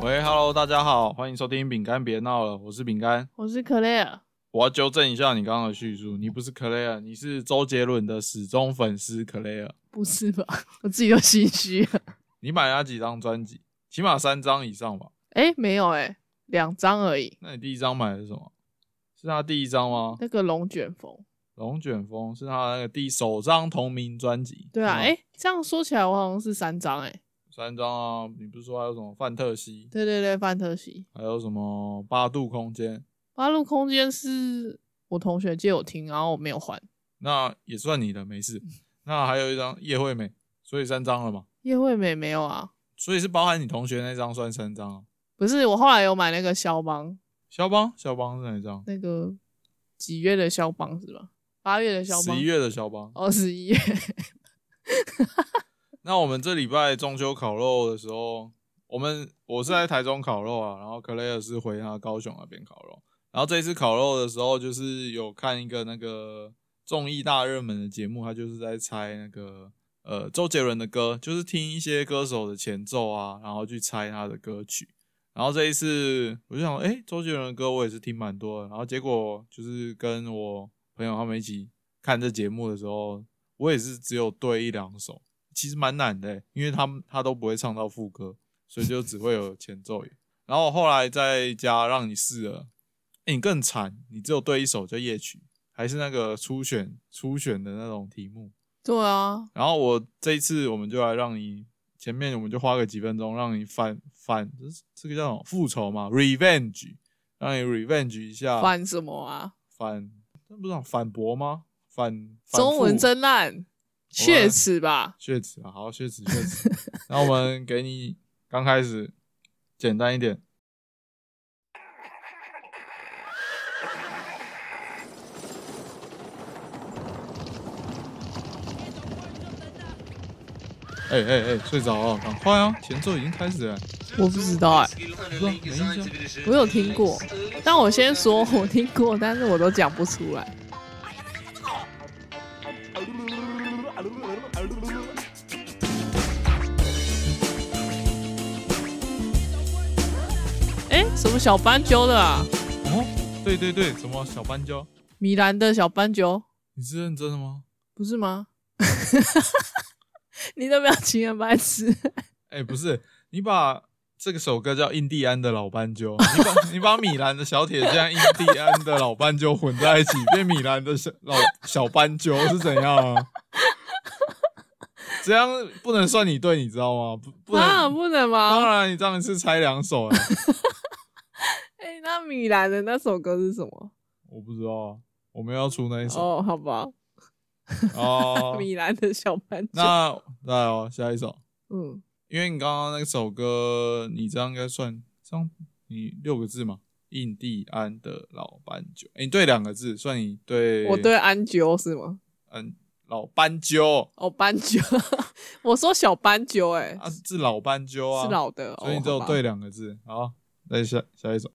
喂，Hello，大家好，欢迎收听《饼干别闹了》，我是饼干。我是 Claire，我要纠正一下你刚刚的叙述，你不是 Claire，你是周杰伦的死忠粉丝 Claire。不是吧？ 我自己都心虚了。你买了他几张专辑？起码三张以上吧？哎、没有哎、两张而已。那你第一张买的是什么？是他第一张吗？那个龙卷风，龙卷风是他那个第首张同名专辑。对啊，是吗哎、这样说起来，我好像是三张哎、三张啊，你不是说还有什么范特西，对对对，范特西还有什么八度空间？八路空间是我同学借我听，然后我没有还。那也算你的，没嗯事。那还有一张叶惠美，所以三张了嘛？叶惠美没有啊？所以是包含你同学那张算三张啊？不是，我后来有买那个肖邦，肖邦，肖邦是哪一张？那个几月的肖邦是吧？八月的肖邦，十一月的肖邦。哦，十一月 那我们这礼拜中秋烤肉的时候，我们我是在台中烤肉啊，然后克雷尔是回他高雄那边烤肉。然后这一次烤肉的时候，就是有看一个那个综艺大热门的节目，他就是在猜那个呃周杰伦的歌，就是听一些歌手的前奏啊，然后去猜他的歌曲。然后这一次我就想，哎、周杰伦的歌我也是听蛮多的。然后结果就是跟我朋友他们一起看这节目的时候，我也是只有对一两首，其实蛮难的欸、因为他们他都不会唱到副歌，所以就只会有前奏而已。然后我后来在家让你试了，哎、你更惨，你只有对一首叫夜曲，还是那个初选初选的那种题目。对啊，然后我这一次我们就来让你前面我们就花个几分钟让你反反这是这个叫什么复仇嘛，revenge，让你 revenge 一下反什么啊？反，那不是讲反驳吗？反反中文复真烂，血耻吧？血池啊，好血池血池。那我们给你刚开始简单一点，哎哎哎，睡着了，赶快啊！前奏已经开始了，我不知道哎、不是、啊、没印象。我有听过，但我先说 我听过，但是我都讲不出来。哎、什么小斑鸠的啊？哦，对对对，什么小斑鸠？米兰的小斑鸠你是认真的吗？不是吗？ 你的表情很白痴。哎、不是，你把这个首歌叫《印第安的老斑鸠》，你把你把米兰的小铁匠、印第安的老斑鸠混在一起，变米兰的小老小斑鸠是怎样啊？这样不能算你对，你知道吗？不，不能。啊，不能当吗？然，你上一次猜两首啊了，哎、那米兰的那首歌是什么？我不知道啊，我们要出那一首哦，好吧，哦。米兰的小斑鸠。那来哦，下一首，嗯，因为你刚刚那首歌，你这样应该算这样，你六个字嘛？印第安的老斑鸠，哎、你对两个字，算你对，我对安鸠是吗？嗯，老斑鸠哦，斑鸠， 我说小斑鸠、欸，啊，是老斑鸠啊，是老的，所以哦你只有好吧对两个字。好，那下下一首，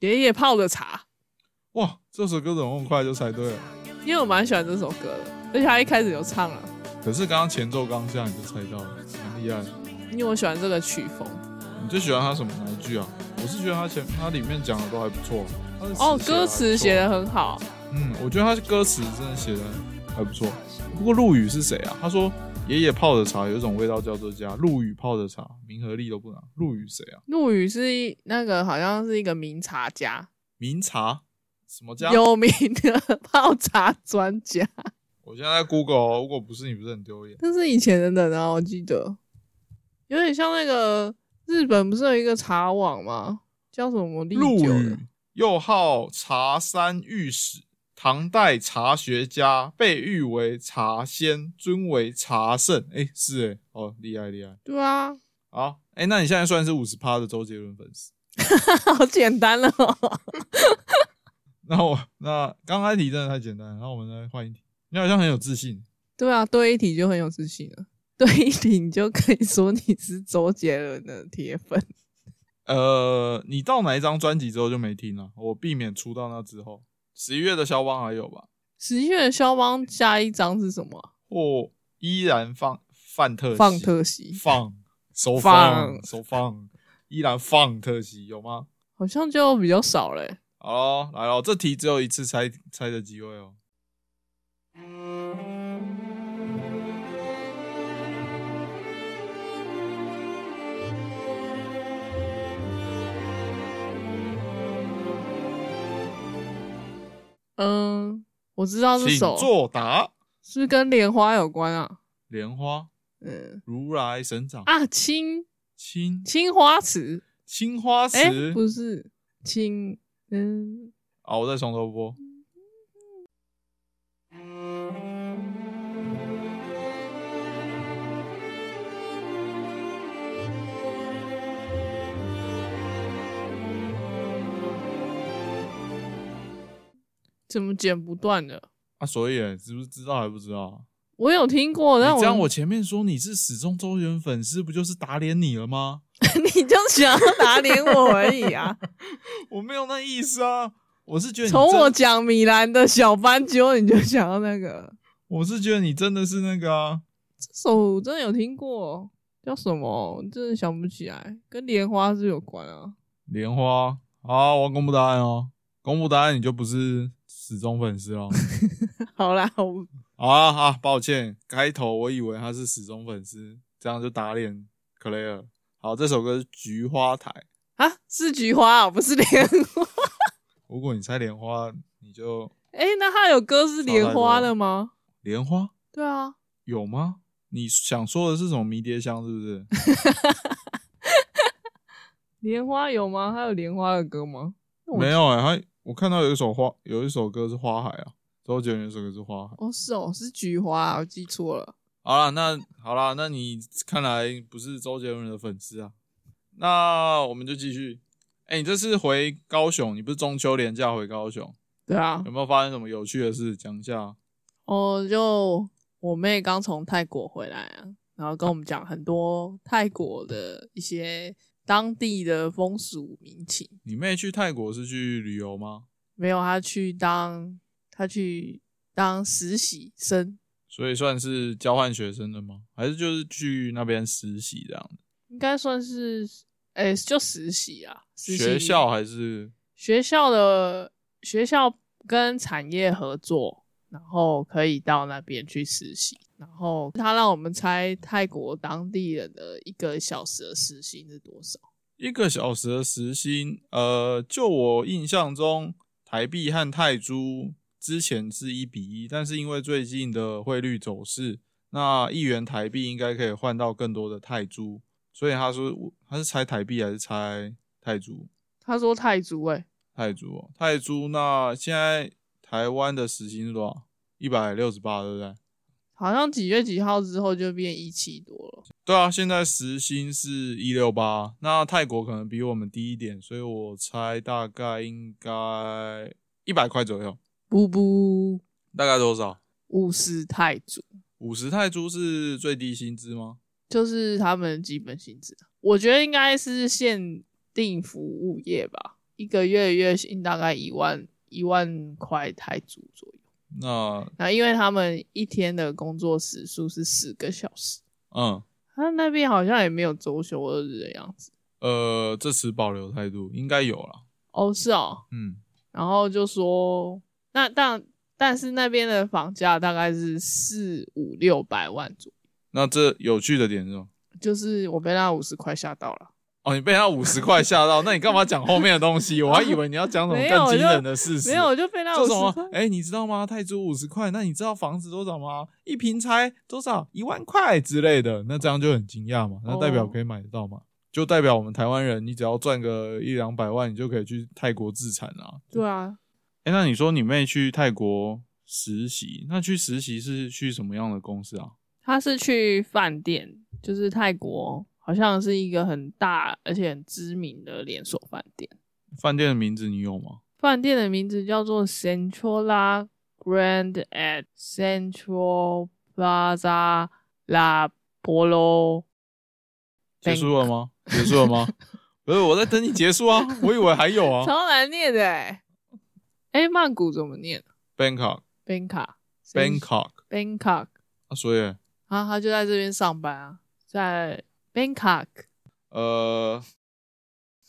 爷爷泡的茶，哇，这首歌怎么那么快就猜对了？因为我蛮喜欢这首歌的，而且他一开始有唱啊，可是刚刚前奏刚下你就猜到了，很厉害。因为我喜欢这个曲风。你最喜欢他什么哪一句啊？我是觉得他前他里面讲的都还不错，啊他的哦，写得还歌不词错啊写的很好，嗯，我觉得他歌词真的写的还不错。不过陆羽是谁啊？他说爷爷泡的茶有一种味道叫做家，陆羽泡的茶，名和利都不拿。陆羽谁啊？陆羽是一那个好像是一个名茶家，名茶什么家？有名的泡茶专家， 我现在在 Google，哦、如果不是你不是很丢脸？那是以前的人啊，我记得，有点像那个日本不是有一个茶网吗？叫什么历陆久的？羽又号茶山御史，唐代茶学家，被誉为茶仙，尊为茶圣。哎、是哎、哦，厉害厉害。对啊， 好，哎、那你现在算是五十趴的周杰伦粉丝。好简单了、哦。那我那刚开题真的太简单了，然后我们再换一题。你好像很有自信，对啊，对一题就很有自信了。对一题你就可以说你是周杰伦的铁粉。呃，你到哪一张专辑之后就没听了？我避免出到那之后，十一月的肖邦还有吧？十一月的肖邦下一张是什么啊？或依然放范特西放特西，放手放放手放，依然放特西有吗？好像就比较少欸嘞、好咯，来咯，这题只有一次猜猜的机会哦。嗯，我知道这请首作答。是不是跟莲花有关啊。莲花嗯如来神掌，啊，青青青花瓷，青花哎、瓷。不是青，嗯，好，我再从头播。怎么剪不断的？啊，所以欸知不知道还不知道？我有听过，但你我这样，我前面说你是始终周元粉丝，不就是打脸你了吗？ 你就想要打脸我而已啊！我没有那意思啊，我是觉得 你从真我，讲米兰的小斑鸠，你就想要那个。我是觉得你真的是那个啊，这首我真的有听过，叫什么？我真的想不起来，跟莲花是有关啊。莲花。好，啊我要公布答案哦，公布答案你就不是始终粉丝了。 好啦，我好啊，好啊，抱歉，开头我以为他是始终粉丝，这样就打脸克雷尔。好，这首歌是《菊花台》，啊是菊花、啊，不是莲花。 如果你猜莲花，你就哎、那它有歌是莲花的吗？莲花对啊，有吗？你想说的是什么迷迭香是不是？莲花有吗？还有莲花的歌吗？那我没有哎、他我看到有一首花，有一首歌是《花海》啊，周杰伦有一首歌是《花海》。哦，是哦，是菊花、啊，我记错了。好啦，那好啦，那你看来不是周杰伦的粉丝啊。那我们就继续。哎、你这次回高雄，你不是中秋连假回高雄，对啊有，没有发生什么有趣的事？讲一下。哦，就我妹刚从泰国回来啊，然后跟我们讲很多泰国的一些当地的风俗民情。你妹去泰国是去旅游吗？没有，她去当她去当实习生，所以算是交换学生的吗？还是就是去那边实习这样？应该算是诶、就实习啊，实习学校还是学校的学校跟产业合作，然后可以到那边去实习。然后他让我们猜泰国当地人的一个小时的时薪是多少？一个小时的时薪，呃，就我印象中，台币和泰铢之前是一比一，但是因为最近的汇率走势，那一元台币应该可以换到更多的泰铢，所以他说他是猜台币还是猜泰铢？他说泰铢诶、泰铢哦，泰铢。那现在台湾的时薪是多少？一百六十八，对不对？好像几月几号之后就变一七多了。对啊，现在时薪是一六八，那泰国可能比我们低一点，所以我猜大概应该一百块左右，不不，大概多少？五十泰铢五十泰铢是最低薪资吗？就是他们的基本薪资，啊我觉得应该是限定服务业吧，一个月月薪大概一万一万块泰铢左右。那那因为他们一天的工作时数是十个小时，嗯他那边好像也没有周休二日的样子。呃，这持保留态度，应该有啦。哦，是哦。嗯，然后就说，那但但是那边的房价大概是四五六百万左那这有趣的点是什么？右，就是我被那五十块吓到了。哦，你被他五十块吓到，那你干嘛讲后面的东西？我还以为你要讲什么没有更我就惊人的事实。没有，我就被那说五什十么块？。哎、你知道吗？泰铢五十块，那你知道房子多少吗？一平才多少？一万块之类的，那这样就很惊讶嘛。那代表哦可以买得到嘛？就代表我们台湾人，你只要赚个一两百万，你就可以去泰国自产啊。对啊，哎、那你说你妹去泰国实习，那去实习是去什么样的公司啊？他是去饭店，就是泰国，好像是一个很大而且很知名的连锁饭店。饭店的名字你有吗？饭店的名字叫做 Centrala Grand at Central Plaza La Polo。结束了吗？结束了吗？ 不是，我在等你结束啊，我以为还有啊。超难念的哎、欸。哎、曼谷怎么念 Bangkok Bangkok Bangkok， Bangkok，啊，所以然后他就在这边上班啊，在 Bangkok，呃，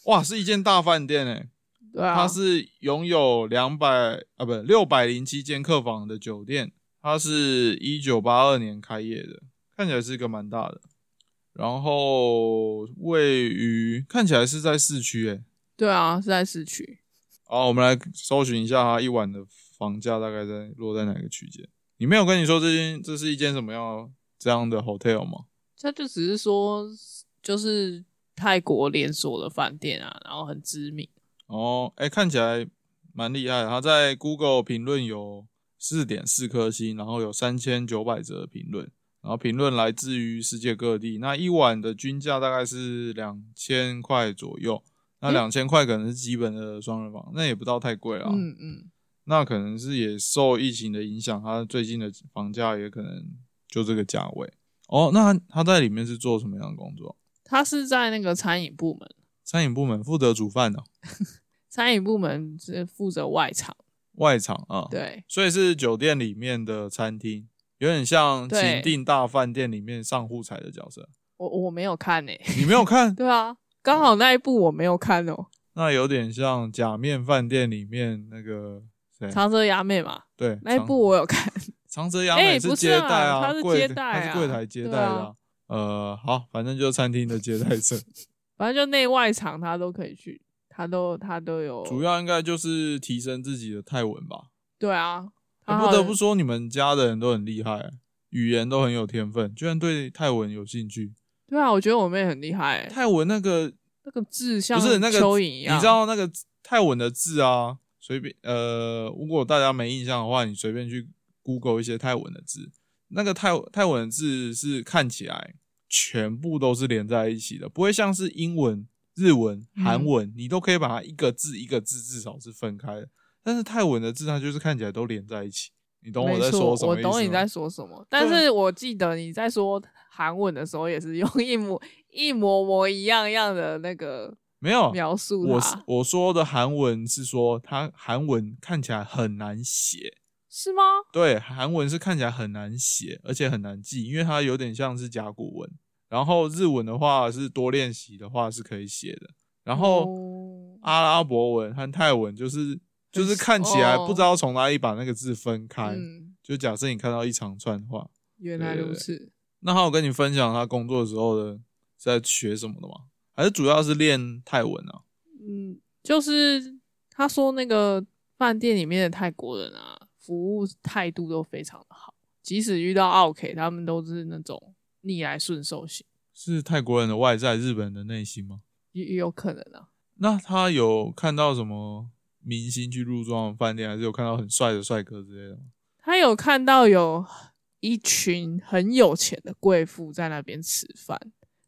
哇，是一间大饭店诶、对啊，它是拥有两百啊，不六百零七间客房的酒店，它是一九八二年开业的，看起来是一个蛮大的。然后位于看起来是在市区诶、对啊，是在市区。好，我们来搜寻一下它一晚的房价大概在落在哪个区间。你没有跟你说这间这是一间什么样这样的 hotel 吗？他就只是说，就是泰国连锁的饭店啊，然后很知名。哦，哎、看起来蛮厉害的。他在 Google 评论有四点四颗星，然后有三千九百则评论，然后评论来自于世界各地。那一晚的均价大概是两千块左右，那两嗯千块可能是基本的双人房，那也不到太贵啦。嗯嗯，那可能是也受疫情的影响，它最近的房价也可能就这个价位。哦，那他他在里面是做什么样的工作？他是在那个餐饮部门，餐饮部门负责煮饭哦的、餐饮部门是负责外场，外场啊。。对所以是酒店里面的餐厅，有点像对情定大饭店里面上户彩的角色。我我没有看诶、？你没有看 对啊，刚好那一部我没有看哦、那有点像假面饭店里面那个谁？长泽雅美嘛，对，那一嗯长部我有看， 长泽雅哎美不是接待啊她是柜接待啊她是柜台接待的对啊、啊呃，好，反正就是餐厅的接待 者，反正就内外场他都可以去，他都他都有。主要应该就是提升自己的泰文吧。对啊，哎他不好得像不说，你们家的人都很厉害、语言都很有天分，居然对泰文有兴趣。对啊，我觉得我妹很厉害、欸，泰文那个那个字像不是那个蚯蚓一样，你知道那个泰文的字啊，随便呃，如果大家没印象的话，你随便去 Google 一些泰文的字，那个泰泰文的字是看起来全部都是连在一起的，不会像是英文、日文、嗯韩文，你都可以把它一个字一个字至少是分开的，但是泰文的字它就是看起来都连在一起，你懂我没在错，说什么我意思吗？懂你在说什么，但是我记得你在说韩文的时候，也是用一模一模模一样样的那个没有描述哦我是它，我说的韩文是说它韩文看起来很难写。是吗？对，韩文是看起来很难写，而且很难记，因为它有点像是甲骨文。然后日文的话是多练习的话是可以写的。然后哦阿拉伯文和泰文就是就是看起来哦不知道从哪里把那个字分开。嗯，就假设你看到一长串的话，原来对如此。那他有跟你分享他工作的时候的是在学什么的吗？还是主要是练泰文啊？嗯，就是他说那个饭店里面的泰国人啊，服务态度都非常的好，即使遇到 OK，他们都是那种逆来顺受型，是泰国人的外在，日本人的内心吗？也也有可能啊。那他有看到什么明星去入庄的饭店，还是有看到很帅的帅哥之类的吗？他有看到有一群很有钱的贵妇在那边吃饭，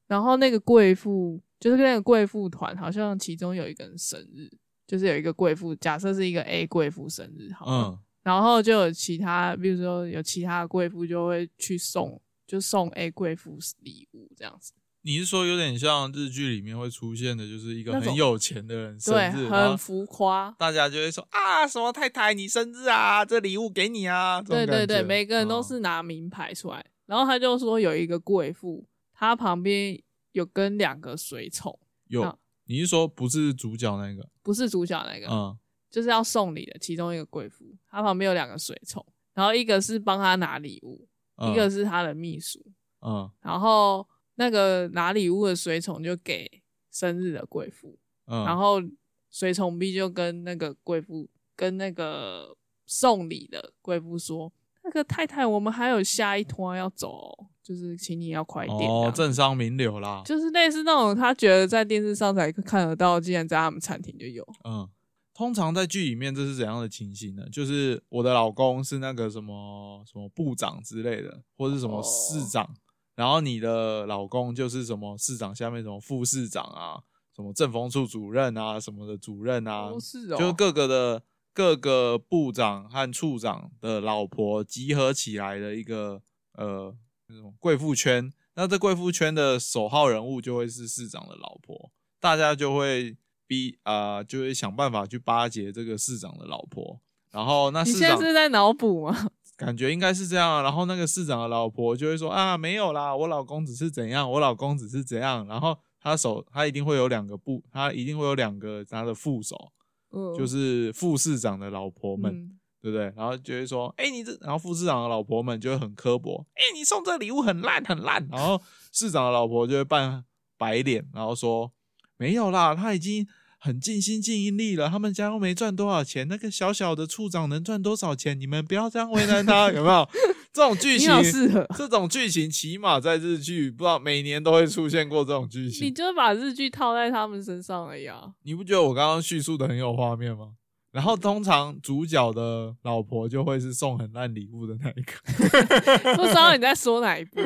然后那个贵妇就是那个贵妇团，好像其中有一个人生日，就是有一个贵妇，假设是一个 A 贵妇生日好了，嗯，然后就有其他，比如说有其他贵妇就会去送，就送 A 贵妇礼物这样子，你是说有点像日剧里面会出现的，就是一个那种很有钱的人生对，日，然后很浮夸。大家就会说啊，什么太太你生日啊，这礼物给你啊，这种对对感觉对，每个人都是嗯拿名牌出来。然后他就说有一个贵妇，她旁边有跟两个随从，有啊。你是说不是主角那个？不是主角那个，嗯，就是要送礼的其中一个贵妇，她旁边有两个随从，然后一个是帮她拿礼物，嗯一个是她的秘书，嗯然后那个拿礼物的随从就给生日的贵妇，嗯，然后随从 B 就跟那个贵妇跟那个送礼的贵妇说。那个太太，我们还有下一团要走哦，就是请你要快一点。哦，这样政商名流啦，就是类似那种他觉得在电视上才看得到，竟然在他们餐厅就有。嗯，通常在剧里面这是怎样的情形呢？就是我的老公是那个什么什么部长之类的，或是什么市长，然后你的老公就是什么市长下面什么副市长啊，什么政风处主任啊，什么的主任啊，哦是哦，就是各个的各个部长和处长的老婆集合起来的一个呃那种贵妇圈。那这贵妇圈的首号人物就会是市长的老婆，大家就会逼啊、呃就会想办法去巴结这个市长的老婆。然后那你市现在长是在脑补吗？感觉应该是这样啊。然后那个市长的老婆就会说啊，没有啦，我老公只是怎样，我老公只是怎样。然后他手他一定会有两个部，他一定会有两个他的副手， 嗯，就是副市长的老婆们，嗯对不对？然后就会说，哎、你这，然后副市长的老婆们就会很刻薄，哎、你送这礼物很烂很烂。然后市长的老婆就会扮白脸，然后说没有啦，他已经。很尽心尽力了，他们家又没赚多少钱，那个小小的处长能赚多少钱？你们不要这样为难他，有没有？这种剧你情好，适合，这种剧情起码在日剧，不知道每年都会出现过这种剧你情。就是把日剧套在他们身上而 已啊。你不觉得我刚刚叙述的很有画面吗？然后通常主角的老婆就会是送很烂礼物的那一个。 不知道你在说哪一部？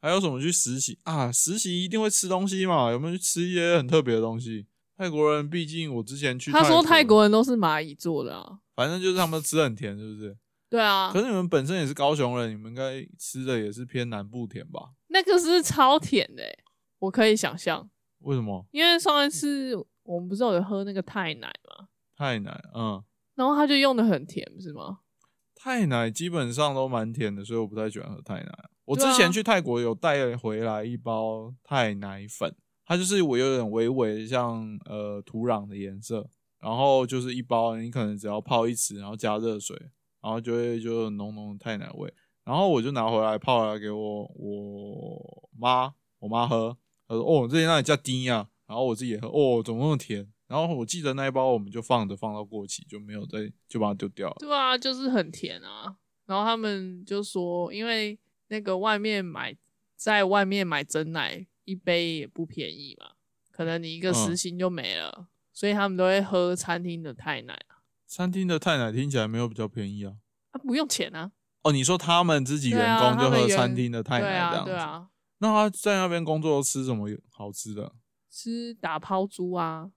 还有什么去实习啊？实习一定会吃东西嘛？有没有去吃一些很特别的东西？泰国人毕竟我之前去，他说泰，国人都是蚂蚁做的啊。反正就是他们吃很甜，是不是？对啊可，是你们本身也是高雄人，你们应该吃的也是偏南部甜吧？那个是超甜的欸、我可以想象，为什么？因为上一次我们不是有喝那个泰奶嘛，太奶，嗯，然后他就用的很甜，不是吗？太奶基本上都蛮甜的，所以我不太喜欢喝太奶。我之对啊前去泰国有带回来一包太奶粉，它就是我有点微微像呃土壤的颜色，然后就是一包，你可能只要泡一匙，然后加热水，然后就会就有浓浓的太奶味。然后我就拿回来泡来给我我妈，我妈喝，她说哦，这些那里叫丁呀，然后我自己也喝，哦，怎么那么甜？然后我记得那一包我们就放着，放到过期就没有再就把它丢掉了。对啊，就是很甜啊。然后他们就说，因为那个外面买，在外面买真奶一杯也不便宜嘛，可能你一个嗯时薪就没了，所以他们都会喝餐厅的泰奶餐厅的太奶听起来没有比较便宜啊。啊，不用钱啊。哦，你说他们自己对员啊工就他们喝员餐厅的太奶对这样啊，子？对啊，那他在那边工作吃什么好吃的？吃打抛猪啊。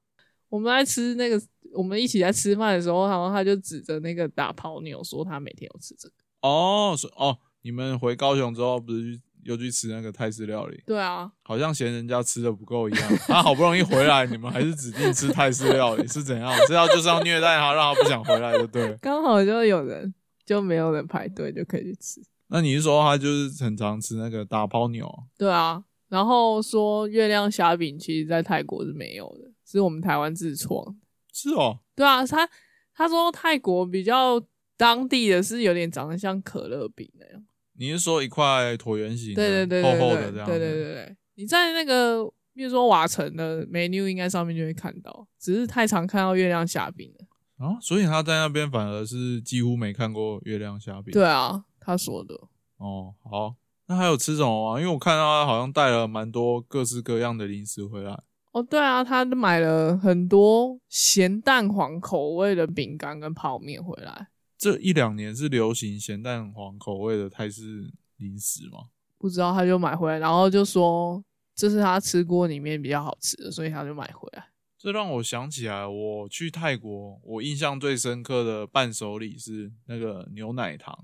我们在吃那个，我们一起在吃饭的时候，然后他就指着那个打抛牛说他每天有吃这个。哦，是哦，你们回高雄之后不是去又去吃那个泰式料理，对啊，好像嫌人家吃的不够一 样。他好不容易回来，你们还是指定吃泰式料理，是怎 样？这要就是要虐待他，让他不想回来就对了。刚好就有人就没有人排队就可以去吃。那你是说他就是很常吃那个打泡牛？对啊，然后说月亮虾饼其实在泰国是没有的，是我们台湾自创。是哦，对啊，他他说泰国比较当地的是有点长得像可乐饼那样，你是说一块椭圆形的，对对对厚对厚对的这样子？对对对对，你在那个比如说瓦城的 menu 应该上面就会看到，只是太常看到月亮虾饼了。啊，所以他在那边反而是几乎没看过月亮虾饼。对啊，他说的。哦，好，那还有吃什么吗？因为我看他好像带了蛮多各式各样的零食回来。哦，对啊，他买了很多咸蛋黄口味的饼干跟泡面回来，这一两年是流行咸蛋黄口味的泰式零食吗？不知道他就买回来，然后就说这是他吃过里面比较好吃的，所以他就买回来。这让我想起来，我去泰国，我印象最深刻的伴手礼是那个牛奶糖，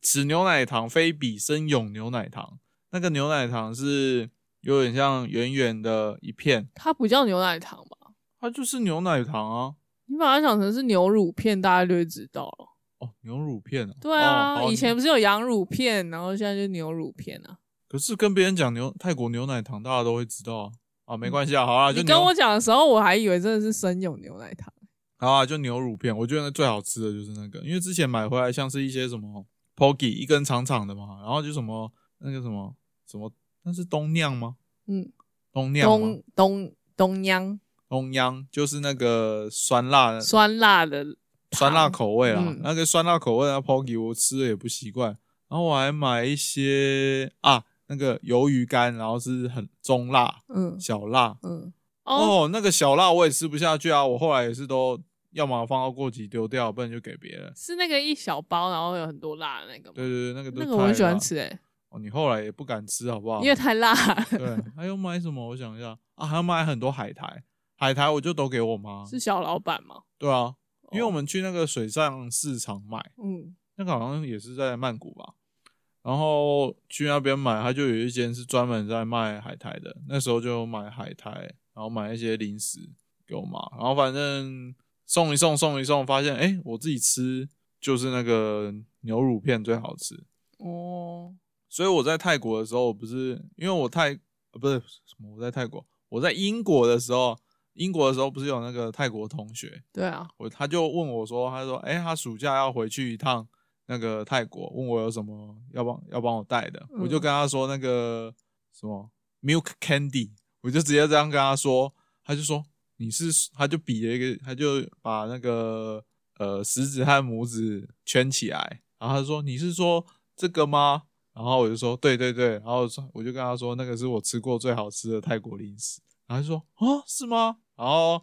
此牛奶糖非彼生永牛奶糖。那个牛奶糖是有点像圆圆的一片，它不叫牛奶糖吧？它就是牛奶糖啊。你把它想成是牛乳片，大家就会知道了。哦，牛乳片啊，对啊，哦好以前不是有羊乳片，然后现在就牛乳片啊。可是跟别人讲牛泰国牛奶糖，大家都会知道啊。啊，没关系啊，好啊，就嗯你牛跟我讲的时候，我还以为真的是生有牛奶糖。好啊，就牛乳片，我觉得最好吃的就是那个，因为之前买回来像是一些什么 poggy 一根长长的嘛，然后就什么那个什么什么，那是东酿吗？嗯，东酿吗？东东东央东酿就是那个酸辣的酸辣的呃酸辣口味啦，嗯那个酸辣口味的 Poggy 我吃了也不习惯，然后我还买一些啊那个鱿鱼干，然后是很中辣嗯小辣，嗯哦，哦，那个小辣我也吃不下去啊，我后来也是都要么放到过期丢掉，不然就给别人。是那个一小包，然后有很多辣的那个吗？对对对，那个都那太个我很喜辣欢吃诶、哦，你后来也不敢吃好不好？因为太辣了。对，还有买什么？我想一下啊，还有买很多海苔，海苔我就都给我妈。是小老板吗？对啊，因为哦我们去那个水上市场买，嗯那个好像也是在曼谷吧。然后去那边买，它就有一间是专门在卖海苔的。那时候就买海苔，然后买一些零食给我妈。然后反正送一送送一送，发现哎、诶我自己吃就是那个牛乳片最好吃。哦，所以我在泰国的时候，我不是因为我泰呃不是什么，我在泰国，我在英国的时候，英国的时候不是有那个泰国同学，对啊，我他就问我说，他说哎、诶他暑假要回去一趟那个泰国，问我有什么要帮要帮我带的，嗯我就跟他说那个什么 milk candy，我就直接这样跟他说，他就说你是，他就比了一个，他就把那个呃食指和拇指圈起来，然后他说你是说这个吗？然后我就说对对对，然后我说我就跟他说那个是我吃过最好吃的泰国零食，然后他就说啊是吗？然后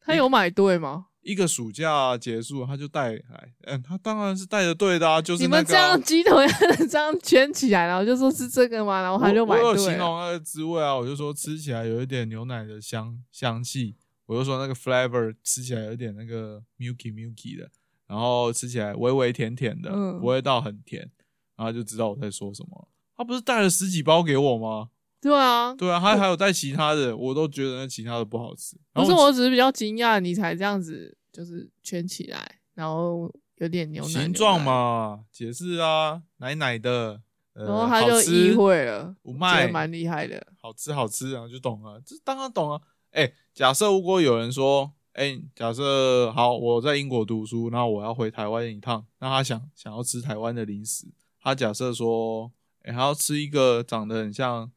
他有买对吗？一个暑假结束，他就带来，嗯，他当然是带着对的啊，就是、你那个啊、们这样鸡头样的这样圈起来，然后就说是这个吗？然后我他就买我有对形了。容那个滋味啊，我就说吃起来有一点牛奶的香香气，我就说那个 flavor 吃起来有点那个 milky milky 的，然后吃起来微微甜甜的，嗯不会到很甜，然后就知道我在说什么了。他不是带了十几包给我吗？对啊，对啊，他还有带其他的，我都觉得那其他的不好吃。不然是，后我只是比较惊讶你才这样子，就是圈起来，然后有点牛奶形状？牛奶嘛，解释啊，奶奶的，呃、然后他好就吃意会了，不觉得卖，蛮厉害的。好吃好吃，然后就懂了，这当然懂了。哎、假设如果有人说，哎、假设好，我在英国读书，然后我要回台湾一趟，那他想想要吃台湾的零食，他假设说，哎、他要吃一个长得很像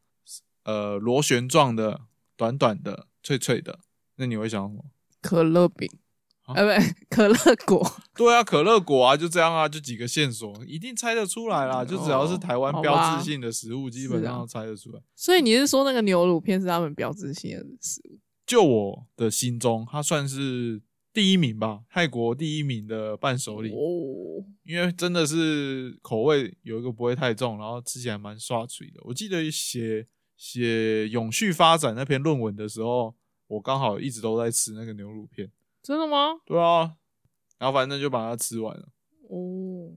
呃螺旋状的、短短的、脆脆的，那你会想什么？可乐饼，啊呃，不， 可乐果， 对啊，可乐果啊，就这样啊，就几个线索，一定猜得出来啦。就只要是台湾嗯哦好吧标志性的食物，基本是上啊都猜得出来。所以你是说那个牛乳片是他们标志性的食物？就我的心中，它算是第一名吧，泰国第一名的伴手礼，哦，因为真的是口味有一个不会太重，然后吃起来蛮刷嘴的。我记得写写永续发展那篇论文的时候，我刚好一直都在吃那个牛乳片，真的吗？对啊，然后反正就把它吃完了。哦，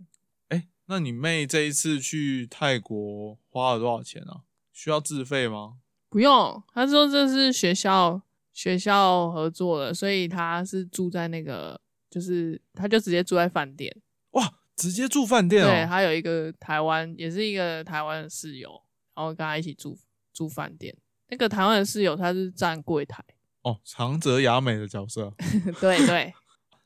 哎、那你妹这一次去泰国花了多少钱啊？需要自费吗？不用，他说这是学校学校合作的，所以他是住在那个，就是他就直接住在饭店。哇，直接住饭店对，哦、他有一个台湾，也是一个台湾的室友，然后跟他一起住住饭店。那个台湾的室友他是站柜台，哦，长泽雅美的角色。啊对对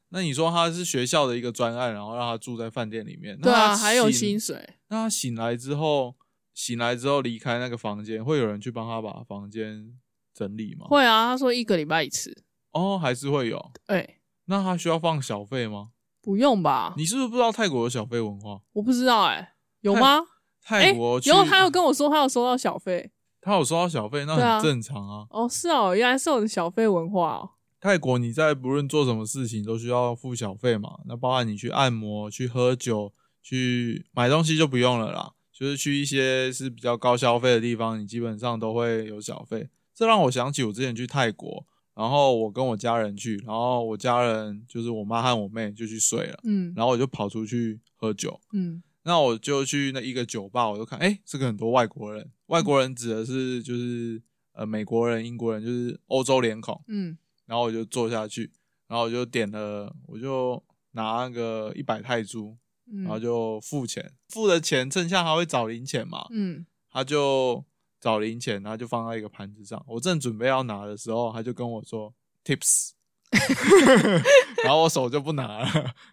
那你说他是学校的一个专案，然后让他住在饭店里面，对那他啊，醒还有薪。水，那他醒来之后，醒来之后离开那个房间，会有人去帮他把房间整理吗？。会啊，他说一个礼拜一次，哦，还是会有。哎、那他需要放小费吗？不用吧？你是不是不知道泰国有小费文化？我不知道哎、有吗？哎、泰国去，然后他又跟我说他有收到小费，他有收到小费，那对啊很正常啊。哦，是哦，原来是我的小费文化哦，泰国你在不论做什么事情都需要付小费嘛，那包含你去按摩、去喝酒、去买东西就不用了啦，就是去一些是比较高消费的地方，你基本上都会有小费。这让我想起我之前去泰国，然后我跟我家人去，然后我家人就是我妈和我妹就去睡了，嗯然后我就跑出去喝酒，嗯，那我就去那一个酒吧，我就看，哎、这个很多外国人，外国人指的是就是呃美国人、英国人，就是欧洲脸孔。嗯然后我就坐下去，然后我就点了，我就拿那个一百泰铢，嗯，然后就付钱，付了钱，剩下他会找零钱嘛，嗯，他就找零钱，然后就放在一个盘子上。我正准备要拿的时候，他就跟我说 tips，然后我手就不拿了，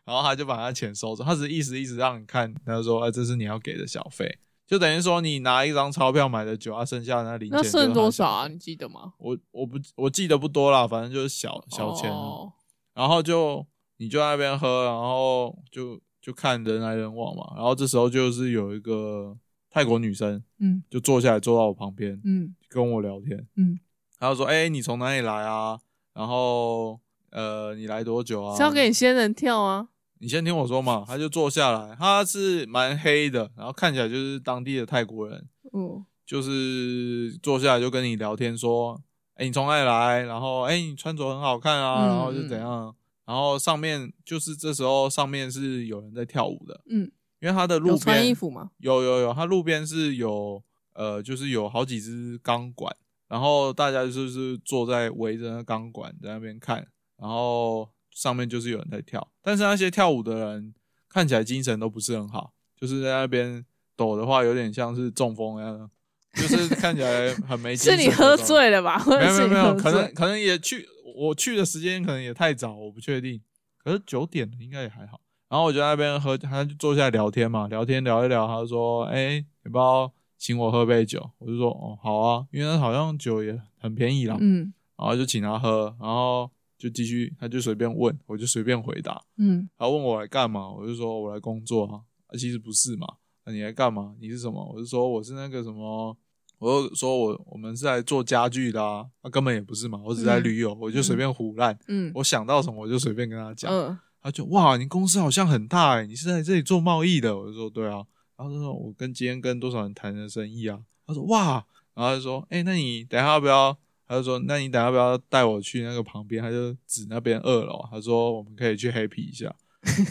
然后他就把他钱收走，他只是意思意思让你看，他就说，哎，这是你要给的小费。就等于说，你拿一张钞票买的酒，啊，剩下的那零钱那就是剩他多小少啊？费？你记得吗？我我不我记得不多啦，反正就是小小钱啊、哦，然后就你就在那边喝，然后就就看人来人往嘛。然后这时候就是有一个泰国女生嗯就坐下来坐到我旁边，嗯跟我聊天。嗯，她就说：“哎、你从哪里来啊？然后呃，你来多久啊？”是要给你仙人跳啊？你先听我说嘛。她就坐下来，她是蛮黑的，然后看起来就是当地的泰国人，嗯。就是坐下来就跟你聊天说，哎、你从哪里来？然后哎、你穿着很好看啊，嗯然后就怎样？然后上面就是这时候上面是有人在跳舞的，嗯，因为它的路有边穿衣服吗？有有有，它路边是有呃，就是有好几支钢管，然后大家就是坐在围着那钢管在那边看，然后上面就是有人在跳，但是那些跳舞的人看起来精神都不是很好，就是在那边抖的话，有点像是中风一样，就是看起来很没精 是神。你喝醉了吧？ 或没者有没有是你没有，喝可能醉可能也去，我去的时间可能也太早，我不确定。可是九点应该也还好。然后我就在那边喝，他就坐下来聊天嘛，聊天聊一聊，他就说：“哎、要不要请我喝杯酒？”我就说：“哦，好啊，因为他好像酒也很便宜啦。嗯然后就请他喝，然后就继续，他就随便问，我就随便回答。嗯他问我来干嘛，我就说我来工作啊。啊其实不是嘛，那、你来干嘛？你是什么？我就说我是那个什么，我就说我我们是来做家具的啊，啊根本也不是嘛，我只是来旅游，我就随便胡乱，嗯我想到什么我就随便跟他讲。嗯他就哇，你公司好像很大哎、你是在这里做贸易的？我就说对啊。然后他说我跟今天跟多少人谈的生意啊？他说哇，然后他就说哎、那你等一下要不要？他就说那你等一下要不要带我去那个旁边？他就指那边二楼，啊他说我们可以去 happy 一下。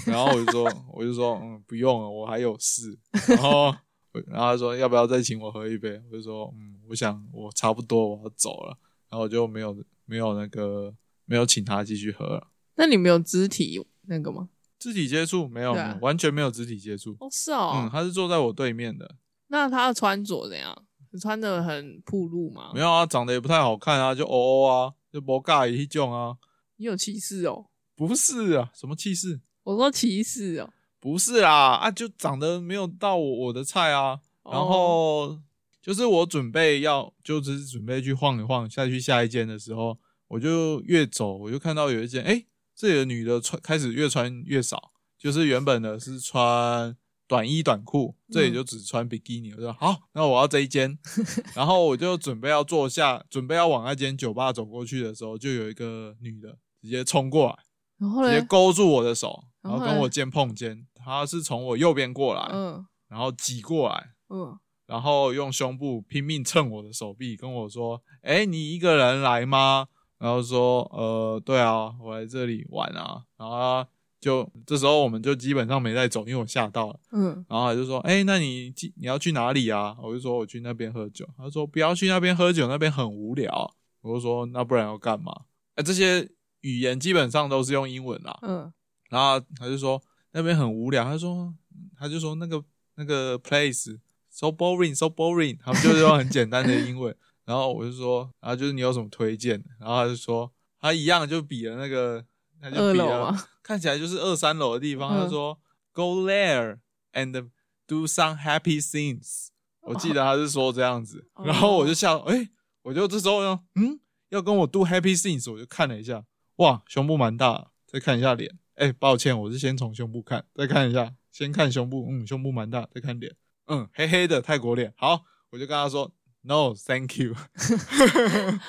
然后我就说我就说嗯不用了，我还有事。然后我然后他说要不要再请我喝一杯？我就说嗯，我想我差不多我要走了。然后我就没有没有那个没有请他继续喝了。那你没有肢体那个吗？肢体接触没有，对啊没有完全没有肢体接触。哦，是嗯，哦。他是坐在我对面的，那他的穿着怎样？穿的很暴露吗？没有啊，长得也不太好看啊，就哦哦啊，就不尬一种啊，你有歧视哦？不是啊，什么气势？我说歧视哦。不是啊，啊，就长得没有到我我的菜啊。然哦后、就是我准备要，就只是准备去晃一晃，下去下一间的时候，我就越走，我就看到有一间，哎、这里的女的穿开始越穿越少，就是原本的是穿短衣短裤，这里嗯就只穿比基尼。我就说好，那我要这一 间。然后我就准备要坐下，准备要往那间酒吧走过去的时候，就有一个女的直接冲过来。然后直接嘞，勾住我的手，然然后后跟嘞我肩碰肩。他是从我右边过来，嗯然后挤过来，嗯，然后用胸部拼命蹭我的手臂，跟我说：“哎、你一个人来吗？”然后说：“呃，对啊，我来这里玩啊。”然后他就这时候我们就基本上没在走，因为我吓到了。嗯，然后他就说：“哎、那你记你要去哪里啊？”我就说：“我去那边喝酒。”他说：“不要去那边喝酒，那边很无聊。”我就说：“那不然要干嘛？”哎、这些语言基本上都是用英文啊啦。嗯，然后他就说那边很无聊，他说他就说那个那个 place so boring so boring，他们就是用很简单的英文。 然后我就说，然后就是你有什么推荐？然后他就说他一样就比了那个，他就二比楼啊了吗 看起来就是二三楼的地方，嗯他就说 go there and do some happy things。我记得他是说这样子，哦然后我就笑，哎、我就这时候呢，嗯，要跟我 do happy things，我就看了一下，哇，胸部蛮大，再看一下脸。哎、抱歉，我是先从胸部看，再看一下，先看胸部，嗯，胸部蛮大，再看脸，嗯，黑黑的泰国脸。好，我就跟他说，No，thank you，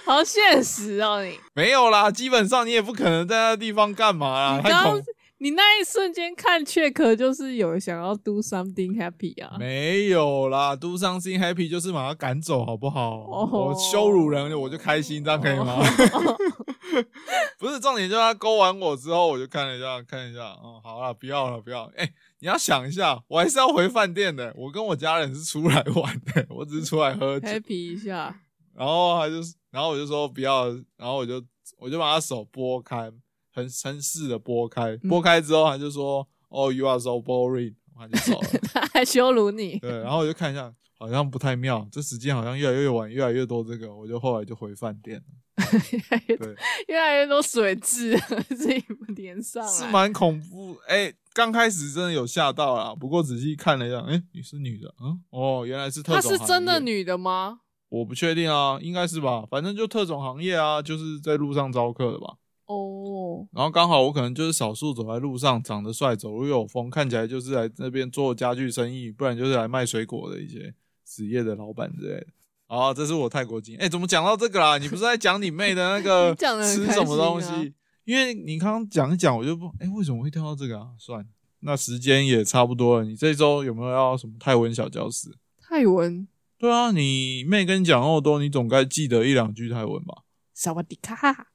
好现实哦你。没有啦，基本上你也不可能在那地方干嘛啦，你啊太刚恐刚你那一瞬间看 check 就是有想要 do something happy 啊，没有啦，do something happy 就是把他赶走，好不好哦我羞辱人我就开心，这样可以吗？ 不是重点，就是他勾完我之后，我就看了一下，看一下，哦、好啦，不要了，不要。哎、你要想一下，我还是要回饭店的，我跟我家人是出来玩的， 我只是出来喝酒。 happy 一下，然后他就是，然后我就说不要，然后我就我就把他手拨开，很绅士的拨开，嗯拨开之后他就说，哦、y o u are so boring，他就走了。他还羞辱你，对，然后我就看一下，好像不太妙，这时间好像越来越晚，越来越多这个，我就后来就回饭店了。对，越来越多水渍 自己脸上来是？蛮恐怖。哎、刚开始真的有吓到啦，不过仔细看了一下，哎、你是女的，嗯，哦，原来是特她种是行真的业，女的吗？我不确定啊，应该是吧，反正就特种行业啊，就是在路上招客的吧。哦，然后刚好我可能就是少数走在路上，长得帅，走路又有风，看起来就是来那边做家具生意，不然就是来卖水果的一些职业的老板之类的。啊，这是我泰国经。哎，怎么讲到这个啦？你不是在讲你妹的那个 你讲得很吃开什么心东啊西？因为你刚刚讲一讲，我就不哎，为什么会跳到这个啊？算了，那时间也差不多了。你这周有没有要什么泰文小教室？泰文对啊，你妹跟你讲那么多，你总该记得一两句泰文吧？萨瓦迪卡，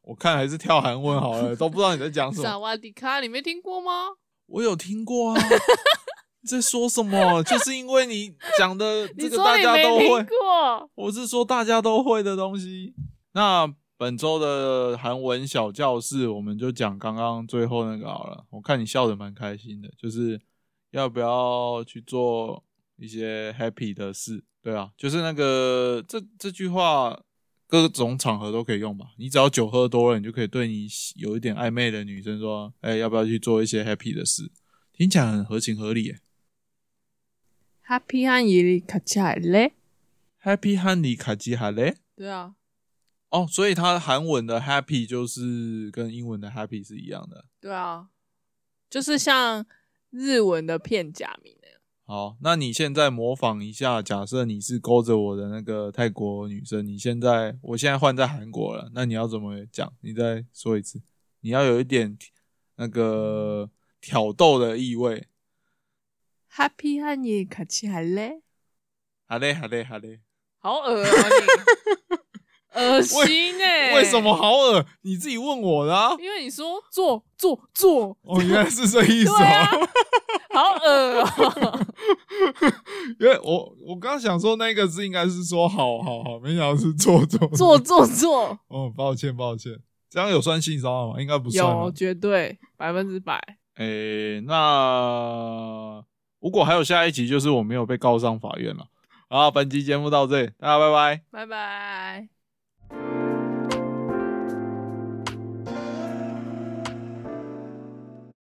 我看还是跳韩文好了，都不知道你在讲什么萨。瓦迪卡，你没听过吗？我有听过啊， 你在说什么？就是因为你讲的你这个说大你家都没会听，过，我是说大家都会的东西。那本周的韩文小教室，我们就讲刚刚最后那个好了。我看你笑得蛮开心的，就是要不要去做一些 happy 的事？对啊，就是那个这这句话，各种场合都可以用吧。你只要酒喝多了，你就可以对你喜有一点暧昧的女生说：“哎、要不要去做一些 happy 的事？”听起来很合情合理、耶。 Happy 한 일이 같이 할래? Happy Honey 卡基哈嘞。对啊，哦，所以它韩文的 happy 就是跟英文的 happy 是一样的。对啊，就是像日文的片假名那样。好，那你现在模仿一下，假设你是勾着我的那个泰国女生，你现在我现在换在韩国了，那你要怎么讲？你再说一次，你要有一点那个挑逗的意味。 Happy 한 일 같이 할래?哈嘞哈嘞哈嘞，好恶哦、 你恶心哎、为什么？好恶？你自己问我的、啊。因为你说做做做，哦，原来是这意思对啊 哦。好恶 哦、因为我我刚想说那个字应该是说好好好，没想到是做做做做做，哦，抱歉抱歉，这样有算性骚扰吗？应该不算吧。啊有绝对百分之百。诶、那如果还有下一集，就是我没有被告上法院了。好，本期节目到这里，大家拜拜。拜拜。